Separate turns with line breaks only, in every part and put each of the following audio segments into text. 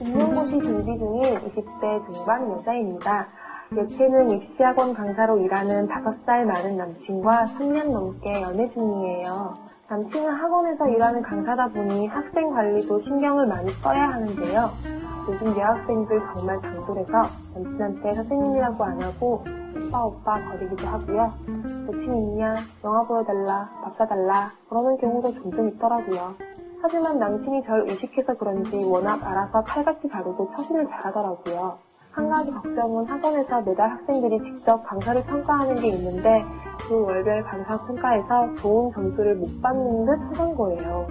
임용고시 준비 중인 20대 중반 여자입니다. 예체능 입시학원 강사로 일하는 5살 많은 남친과 3년 넘게 연애 중이에요. 남친은 학원에서 일하는 강사다 보니 학생 관리도 신경을 많이 써야 하는데요. 요즘 여학생들 정말 당돌해서 남친한테 선생님이라고 안 하고 오빠 오빠 거리기도 하고요. 여친 있냐, 영화 보여달라, 밥 사달라 그러는 경우도 종종 있더라고요. 하지만 남친이 절 의식해서 그런지 워낙 알아서 칼같이 다루고 처신을 잘하더라고요. 한 가지 걱정은 학원에서 매달 학생들이 직접 강사를 평가하는 게 있는데 그 월별 강사 평가에서 좋은 점수를 못 받는 듯 하던 거예요.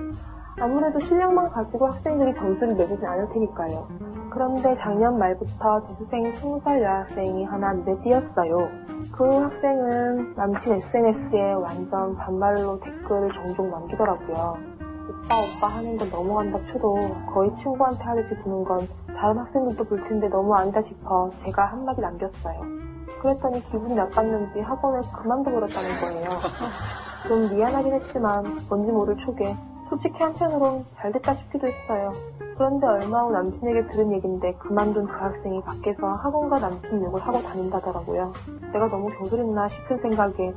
아무래도 실력만 가지고 학생들이 점수를 내주진 않을 테니까요. 그런데 작년 말부터 재수생 20살 여학생이 하나 눈에 띄었어요. 그 학생은 남친 SNS에 완전 반말로 댓글을 종종 남기더라고요. 오빠 오빠 하는 건 넘어간다 쳐도 거의 친구한테 하듯이 부는 건 다른 학생들도 볼 텐데 너무 아니다 싶어 제가 한마디 남겼어요. 그랬더니 기분이 나빴는지 학원을 그만둬버렸다는 거예요. 좀 미안하긴 했지만 뭔지 모를 촉에 솔직히 한편으론 잘 됐다 싶기도 했어요. 그런데 얼마 후 남친에게 들은 얘긴데 그만둔 그 학생이 밖에서 학원과 남친 욕을 하고 다닌다더라고요. 내가 너무 경솔했나 싶은 생각에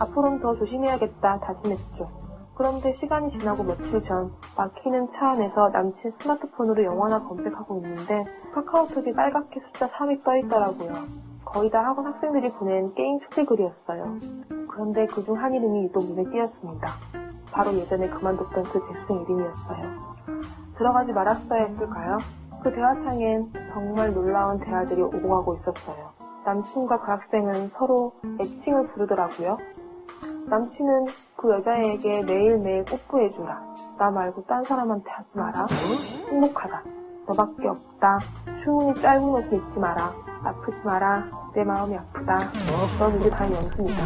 앞으로는 더 조심해야겠다 다짐했죠. 그런데 시간이 지나고 며칠 전 막히는 차 안에서 남친 스마트폰으로 영화나 검색하고 있는데 카카오톡이 빨갛게 숫자 3이 떠있더라고요. 거의 다 학원 학생들이 보낸 게임 초대글이었어요. 그런데 그중 한 이름이 유독 눈에 띄었습니다. 바로 예전에 그만뒀던 그 재수생 이름이었어요. 들어가지 말았어야 했을까요? 그 대화창엔 정말 놀라운 대화들이 오고 가고 있었어요. 남친과 그 학생은 서로 애칭을 부르더라고요. 남친은 그 여자에게 매일매일 뽀뽀해주라. 나 말고 딴 사람한테 하지 마라. 행복하다. 너밖에 없다. 충분히 짧은 옷을 입지 마라. 아프지 마라. 내 마음이 아프다. 넌 우리 반 연수이다.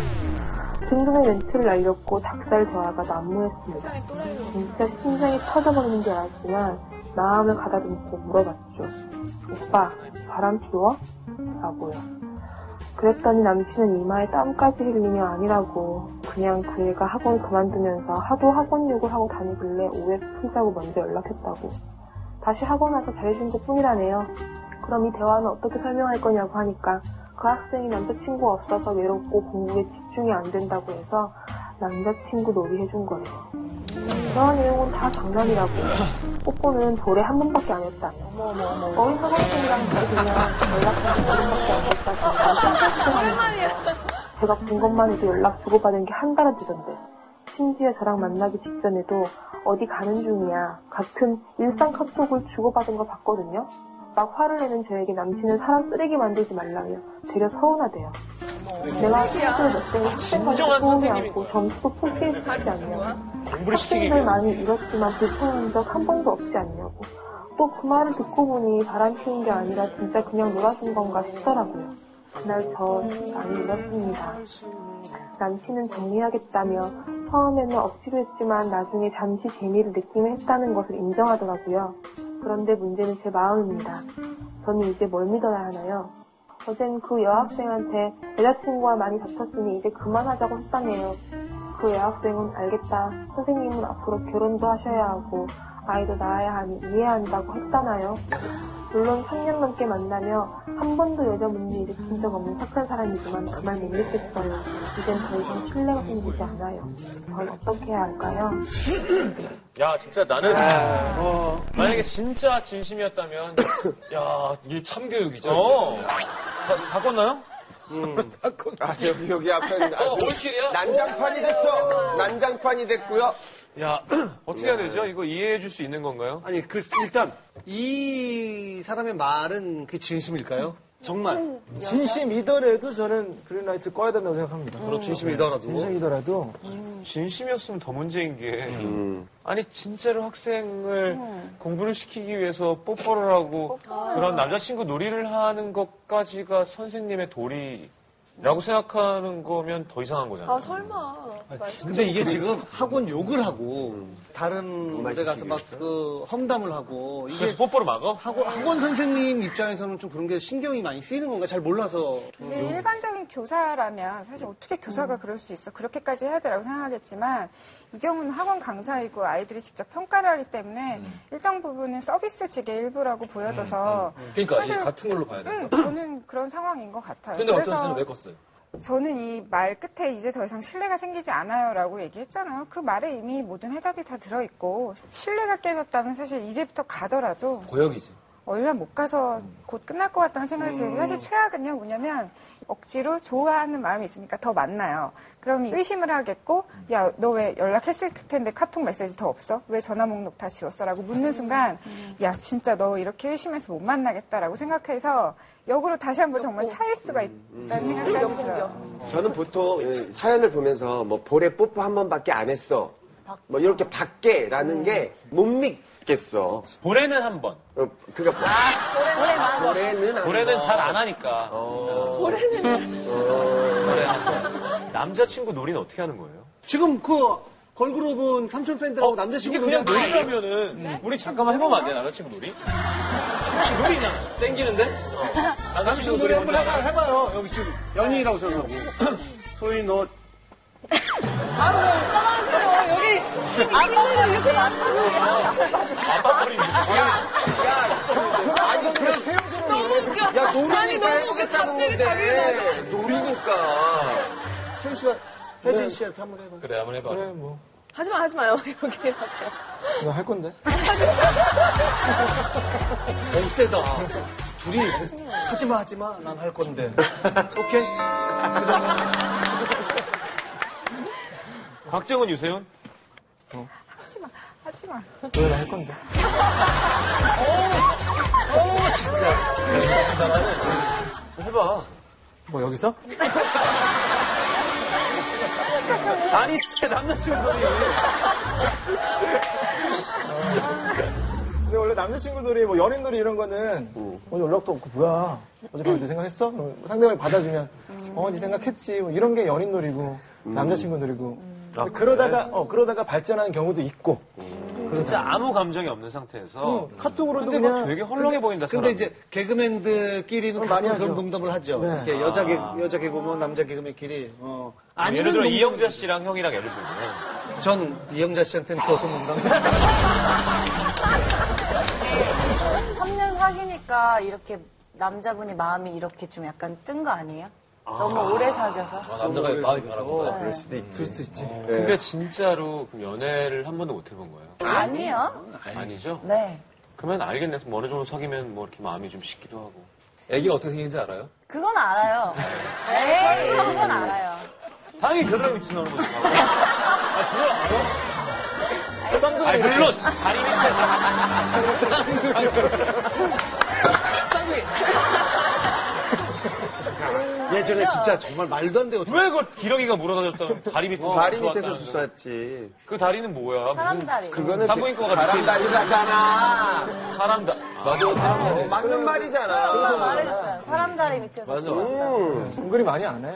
등등의 멘트를 날렸고 닭살 대화가 난무했습니다. 진짜 심장이 터져버리는 줄 알았지만 마음을 가다듬고 물어봤죠. 오빠, 바람 피워? 라고요. 그랬더니 남친은 이마에 땀까지 흘리며 아니라고 그냥 그 애가 학원 그만두면서 하도 학원 욕을 하고 다니길래 오해 풀자고 먼저 연락했다고 다시 학원 와서 잘해준 것 뿐이라네요 그럼 이 대화는 어떻게 설명할 거냐고 하니까 그 학생이 남자친구 가 없어서 외롭고 공부에 집중이 안 된다고 해서 남자친구 놀이 해준 거예요 그런 내용은 다 장난이라고 뽀뽀는 돌에 한 번밖에 안 했다며 어린 학원생이랑 그냥 연락한 번밖에 안 했다고 제가 본 것만 해도 연락 주고받은 게 한 달은 되던데. 심지어 저랑 만나기 직전에도 어디 가는 중이야. 같은 일상 카톡을 주고받은 거 봤거든요. 막 화를 내는 저에게 남친은 사람 쓰레기 만들지 말라며 되려 서운하대요. 내가 학교를 몇 등을
진정한
학생까지 도움이
아, 선생님인
않고 점수도 포기해주지 않냐.
공부를 시키기
학생들
위해서
많이 잃었지만 불편한 적 한 번도 없지 않냐고. 또 그 말을 듣고 보니 바람 피운 게 아니라 진짜 그냥 놀아준 건가 싶더라고요. 그날 저 많이 울었습니다. 남친은 정리하겠다며 처음에는 억지로 했지만 나중에 잠시 재미를 느끼며 했다는 것을 인정하더라고요. 그런데 문제는 제 마음입니다. 저는 이제 뭘 믿어야 하나요? 어젠 그 여학생한테 여자친구와 많이 다쳤으니 이제 그만하자고 했다네요. 그 여학생은 알겠다. 선생님은 앞으로 결혼도 하셔야 하고 아이도 낳아야 하니 이해한다고 했잖아요. 물론 3년 넘게 만나며 한 번도 여자 문제 일으킨 적 없는 착한 사람이지만 그만 못 믿겠어요. 이젠 더 이상 신뢰가 생기지 않아요. 전 어떻게 해야 할까요?
야 진짜 나는 아, 만약에 진짜 진심이었다면 야
이게 참교육이죠.
어. 바, 바꿨나요?
아, 저기, 여기 앞에 있는
어,
아주
올킬이야?
난장판이 됐어. 난장판이 됐고요.
야 어떻게 해야 되죠? 이거 이해해 줄 수 있는 건가요?
아니 그 일단 이 사람의 말은 그 진심일까요? 정말
음, 진심이더라도 저는 그린라이트 꺼야 된다고 생각합니다.
그렇죠, 진심이더라도
진심이더라도
진심이었으면 더 문제인 게 아니 진짜로 학생을 공부를 시키기 위해서 뽀뽀를 하고 그런 남자친구 놀이를 하는 것까지가 선생님의 도리라고 생각하는 거면 더 이상한 거잖아요.
설마.
근데 이게 지금 학원 욕을 하고 다른 데 가서 막 그 험담을 하고 이게
그래서 뽀뽀로 막어?
학원, 학원 선생님 입장에서는 좀 그런 게 신경이 많이 쓰이는 건가 잘 몰라서
근데 네, 일반적인 교사라면 사실 어떻게
음.
교사가 그럴 수 있어 그렇게까지 해야 되라고 생각하겠지만 이 경우는 학원 강사이고 아이들이 직접 평가를 하기 때문에
음.
일정 부분은 서비스직의 일부라고 보여져서
그러니까
사실-
이 같은 걸로 봐야 된다.
음, 저는 그런 상황인 것 같아요.
근데 어쩐
그래서
씨는 왜 껐어요?
저는 이 말 끝에 이제 더 이상 신뢰가 생기지 않아요라고 얘기했잖아요. 그 말에 이미 모든 해답이 다 들어있고 신뢰가 깨졌다면 사실 이제부터 가더라도
고역이지.
얼마 못 가서
음.
곧 끝날 것 같다는 생각이 들고 사실 최악은요 뭐냐면 억지로 좋아하는 마음이 있으니까 더 만나요. 그럼 의심을 하겠고 야 너 왜 연락했을 텐데 카톡 메시지 더 없어? 왜 전화 목록 다 지웠어?라고
음.
묻는 순간 야 진짜 너 이렇게 의심해서 못 만나겠다라고 생각해서 역으로 다시 한번 정말 차일 수가
음,
있다는 생각까지 들어요.
저는 보통 예, 사연을 보면서 뭐 볼에 뽀뽀 한 번밖에 안 했어. 뭐 이렇게 밖에라는 게 못 믿겠어.
볼에는 한 번.
어, 그니까 볼에는 안
볼에는 잘 안 하니까.
어.
볼에는 한 번. 남자친구 놀이는 어떻게 하는 거예요?
지금 그 걸그룹은 삼촌
어,
어,
팬들하고 남자친구
이게 그냥
노래하고
놀이라면은
네?
우리 잠깐만 해보면 안 돼? 남자친구 놀이? 놀이냐? 어.
땡기는데? 어.
남자친구 노래 한번 해봐, 해봐요 여기 지금 연인이라고 생각하고 소희 너
아,
아빠 놀이.
아니 그런 새우스러운 너무 웃겨. 야 노르니까 해보겠다는 건데. 노르니까.
소희 씨가 혜진 씨한테 한번 해봐
그래 한번 해봐.
네.
하지마 하지마요 여기 하세요.
나 할 건데.
너무 세다 둘이 하지마 하지마 난 할 건데 오케이
곽정은 유세윤?
하지마 하지마.
왜나 할 건데.
해봐.
뭐 여기서?
아니, 남자친구 놀이.
근데 원래 남자친구들이 뭐 연인들이 이런 거는 오늘 연락도 없고 뭐야 어젯밤에 내 생각했어? 그럼 상대방이 받아주면 어 네 생각했지 뭐 이런 게 연인놀이고 남자친구들이고
아,
음. 그러다가 어 그러다가 발전하는 경우도 있고
진짜 아무 감정이 없는 상태에서.
응, 카톡으로도
근데
뭐
그거
그냥-
되게 헐렁해 보인다.
어,
사람이.
근데 이제 개그맨들끼리는
그럼
많이
많이 하죠.
그런 농담을 하죠 아.
네.
이렇게 여자 개 여자 개그맨 남자 개그맨끼리 어
예를 들어
농담-
이영자 씨랑 형이랑 예를 들면
전 이영자 씨한테는 그 어떤 농담
3년 사귀니까 이렇게 남자분이 마음이 이렇게 좀 약간 뜬 거 아니에요? 너무 오래 사귀어서?
아, 남자가 마음이 변하고.
그럴 수도 있지.
그럴 수도 있지
네.
근데 진짜로 그럼 연애를 한 번도 못 해본 거예요?
아니요?
아니죠?
네.
그러면 알겠네. 뭐 어느 정도 사귀면 뭐 이렇게 마음이 좀 식기도 하고.
애기가 어떻게 생긴지 알아요?
그건 알아요. 에이, 그건 알아요.
당연히 결혼하고 있지 나오는 거지.
아, 그걸 알아?
아니, 물론 다리 밑에
예전에 진짜 정말 말도 안 되고
왜 그 기러기가 물어다녔다는 다리 밑에서
다리 밑에서
주워 왔다는
주웠지.
그 다리는 뭐야?
사람 다리.
그거는
산부인과가
사람
밑에
다리라잖아.
무슨 사람 다
맞아, 사람 다
맞는
엄마
말이잖아.
말해줬어요. 사람 다리 밑에서.
맞아.
주무신다고.
은근히 많이 안해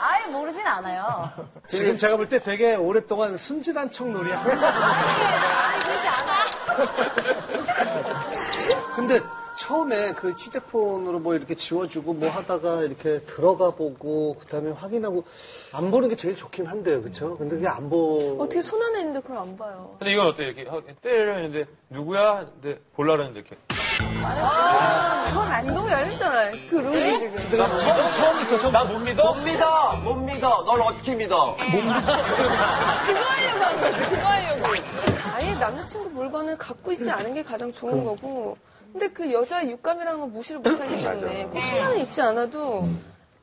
아예 모르진 않아요.
지금 제가 볼 때 되게 오랫동안 순진한 척 놀이야
아니, 그러지 않아요.
근데 처음에 그 휴대폰으로 뭐 이렇게 지워주고 뭐 하다가 이렇게 들어가 보고 그다음에 확인하고 안 보는 게 제일 좋긴 한데요, 그렇죠? 근데 그게 안 보.
어떻게 손 안에 있는데 그걸 안 봐요.
근데 이건 어때? 이렇게 하- 때리려는데 누구야? 근데 볼라라는데 이렇게.
그건 아니지.
너무 열렸잖아요. 그 룰이 지금.
처음 처음부터 처음. 나못 믿어? 뭐?
못 믿어. 못 믿어. 널 어떻게 믿어?
그거 하려고 한 거지. 그거 하려고. 아예 남자친구 물건을 갖고 있지 않은 게 가장 좋은 거고. 근데 그 여자의 육감이라는 건 무시를 못 하기 때문에 꼭 신발은 입지 않아도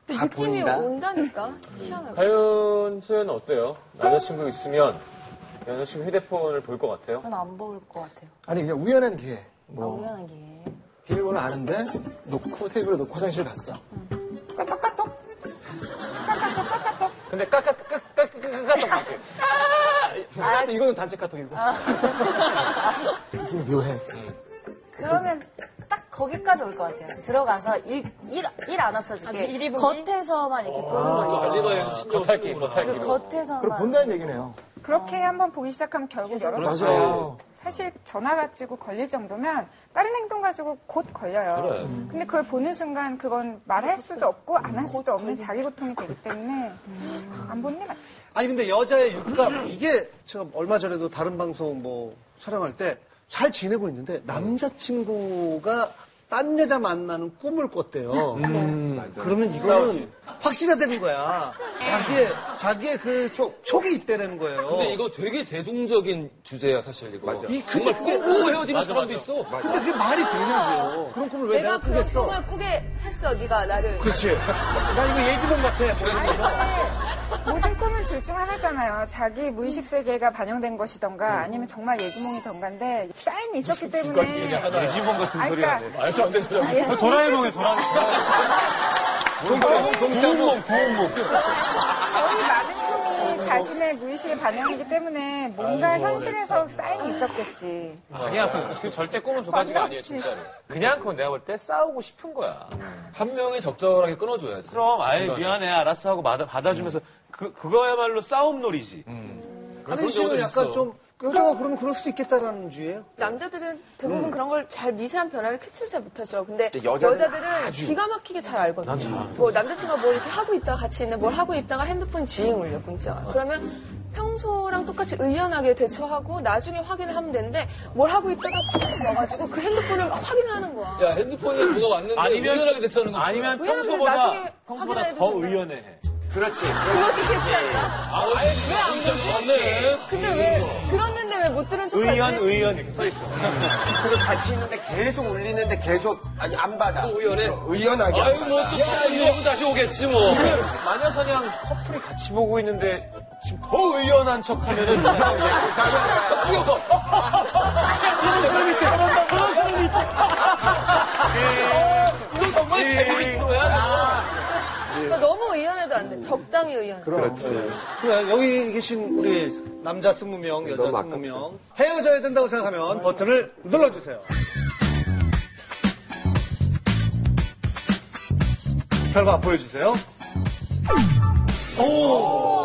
근데 느낌이
보인다.
온다니까. 희한하게.
과연 소연 어때요? 남자친구 있으면 여자친구 휴대폰을 볼 것 같아요?
저는 안 보일 것 같아요.
아니 그냥 우연한 기회 뭐
우연한 게.
비밀번호 아는데 놓고 테이블에 놓고 화장실 갔어
근데 까까까까까까까까까
아, 근데 이거는 단체 카톡이고 좀 묘해
그러면 딱 거기까지 올 것 같아요. 들어가서 일, 일, 일 안 없어질게. 겉에서만 이렇게 보는 거죠.
아,
알리바이는 아, 신경을 쓰는구나. 그
겉에서만.
그럼 본다는 얘기네요
그렇게 한번 보기 시작하면 결국 여러 번
그렇죠.
봐요. 사실 전화 가지고 걸릴 정도면 다른 행동 가지고 곧 걸려요.
그래.
근데 그걸 보는 순간 그건 말할 수도 없고 안 할 수도 없는 자기 고통이 되기 때문에 안 보는 게 맞지.
아니 근데 여자의 육감 이게 제가 얼마 전에도 다른 방송 뭐 촬영할 때 잘 지내고 있는데 남자친구가 딴 여자 만나는 꿈을
음.
꿨대요. 네. 그러면 이거는 확신이 되는 거야. 자기의 자기의 그 촉, 촉이 있다는 거예요.
근데 이거 되게 대중적인 주제야 사실 이거.
맞아.
이-
정말 꿈 꾸고 헤어지는 사람도 있어.
근데 그게 말이 되냐고요. 그런 꿈을 왜 내가,
내가 그런
꾸겠어?
꿈을 꾸게 했어, 네가 나를.
그렇지. 나 이거 예지몽 같아. 뭐 보여주면.
어, 모든 꿈은 둘 중 하나잖아요. 자기 무의식 세계가 반영된 것이던가 아니면 정말 예지몽이던가인데 사인이 있었기
가지 네. 중에
때문에
하나야.
돼지번 같은
아,
소리 하네.
그러니까
말도 안 되는 소리 하고 있어.
도라에몽이 도라에몽.
동자몽, 동자몽.
거의 많은 꿈이 자신의 무의식의 반영이기 때문에 뭔가 현실에서 사인이 있었겠지.
아니야. 그 절대 꿈은 두 가지가 아니에요, 진짜로. 그냥 그건 내가 볼 때 싸우고 싶은 거야.
한 명이 적절하게 끊어줘야지. 음.
그럼 아예 미안해, 알았어 하고 받아, 받아주면서 그, 그거야말로 싸움놀이지.
하는 씨는
경우도
약간
있어.
좀 여자가 그러면 그럴 수도 있겠다라는 주의예요.
남자들은 대부분 그런 걸 잘 미세한 변화를 캐치를 잘 못하죠. 음. 근데
근데 여자는
여자들은 기가 막히게 잘 알거든요. 뭐 남자친구가 뭐 이렇게 하고 있다가 같이 있는 뭘 하고 있다가 핸드폰 지잉 울려 문자. 그러면 평소랑 똑같이 의연하게 대처하고 나중에 확인을 하면 되는데 뭘 하고 있다가 확 와가지고 그 핸드폰을 막 확인을 하는 거야.
야 핸드폰에 뭐가 왔는데
아니면-
우연하게 대처하는 거.
아니면
왜냐면 나중에
평소보다, 평소보다
확인해도
더
된다.
의연해.
그렇지.
그것도 캐치한다.
아, 아예 왜안 보지?
근데 왜 들었는데 왜 못 들은 척하지?
의연, 의연 이렇게 써있어.
그리고 같이 있는데 계속 울리는데 계속 아니 안 받아.
또 의연해?
의연하게. 안
아유
받아.
뭐또 이러고 다시 오겠지 뭐.
마녀사냥 커플이 같이 보고 있는데 지금 더 의연한 척 하면은
아,
죽여서. 이거 정말 재밌는 프로야.
그러니까 너무 의연해도 안 돼. 적당히 의연.
그렇지.
그래, 여기 계신 우리 남자 20명, 여자
네, 너무
20명. 헤어져야 된다고 생각하면 버튼을 눌러주세요. 결과 보여주세요. 오! 뭐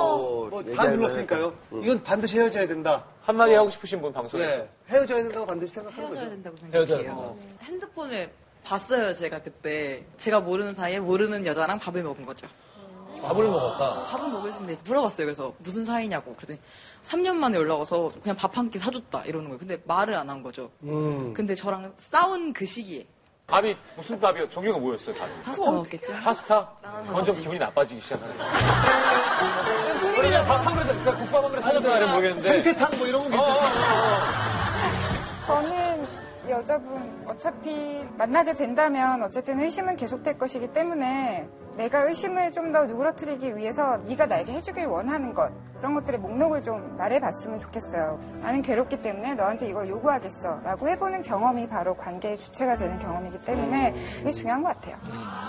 다
얘기할
눌렀으니까요.
음.
이건 반드시 헤어져야 된다.
한마디 하고 싶으신 분
그렇죠.
네.
방송에서.
예. 헤어져야 된다고 반드시 생각하는 거죠.
된다고 네.
헤어져야 된다.
핸드폰을 봤어요, 제가 그때. 제가 모르는 사이에 모르는 여자랑 밥을 먹은 거죠.
밥을 먹었다.
밥을 먹을 수 있는데 물어봤어요. 그래서 무슨 사이냐고. 그랬더니 3년 만에 연락 와서 그냥 밥 한 끼 사줬다 이러는 거예요. 근데 말을 안 한 거죠.
음.
근데 저랑 싸운 그 시기에
밥이 무슨 밥이요? 종류가 뭐였어요, 밥이?
파스타 먹었겠죠.
파스타? 그건 좀 기분이 나빠지기 아, 시작하는 거예요. 그러면 밥한 그릇, 그러니까 국밥 한 그릇 사줬다 이러면 모르겠는데.
생태탕 뭐 이런 거 괜찮죠?
저는 여자분 어차피 만나게 된다면 어쨌든 의심은 계속될 것이기 때문에 내가 의심을 좀 더 누그러뜨리기 위해서 네가 나에게 해주길 원하는 것 그런 것들의 목록을 좀 말해봤으면 좋겠어요. 나는 괴롭기 때문에 너한테 이걸 요구하겠어라고 해보는 경험이 바로 관계의 주체가 되는 경험이기 때문에 이게 중요한 것 같아요.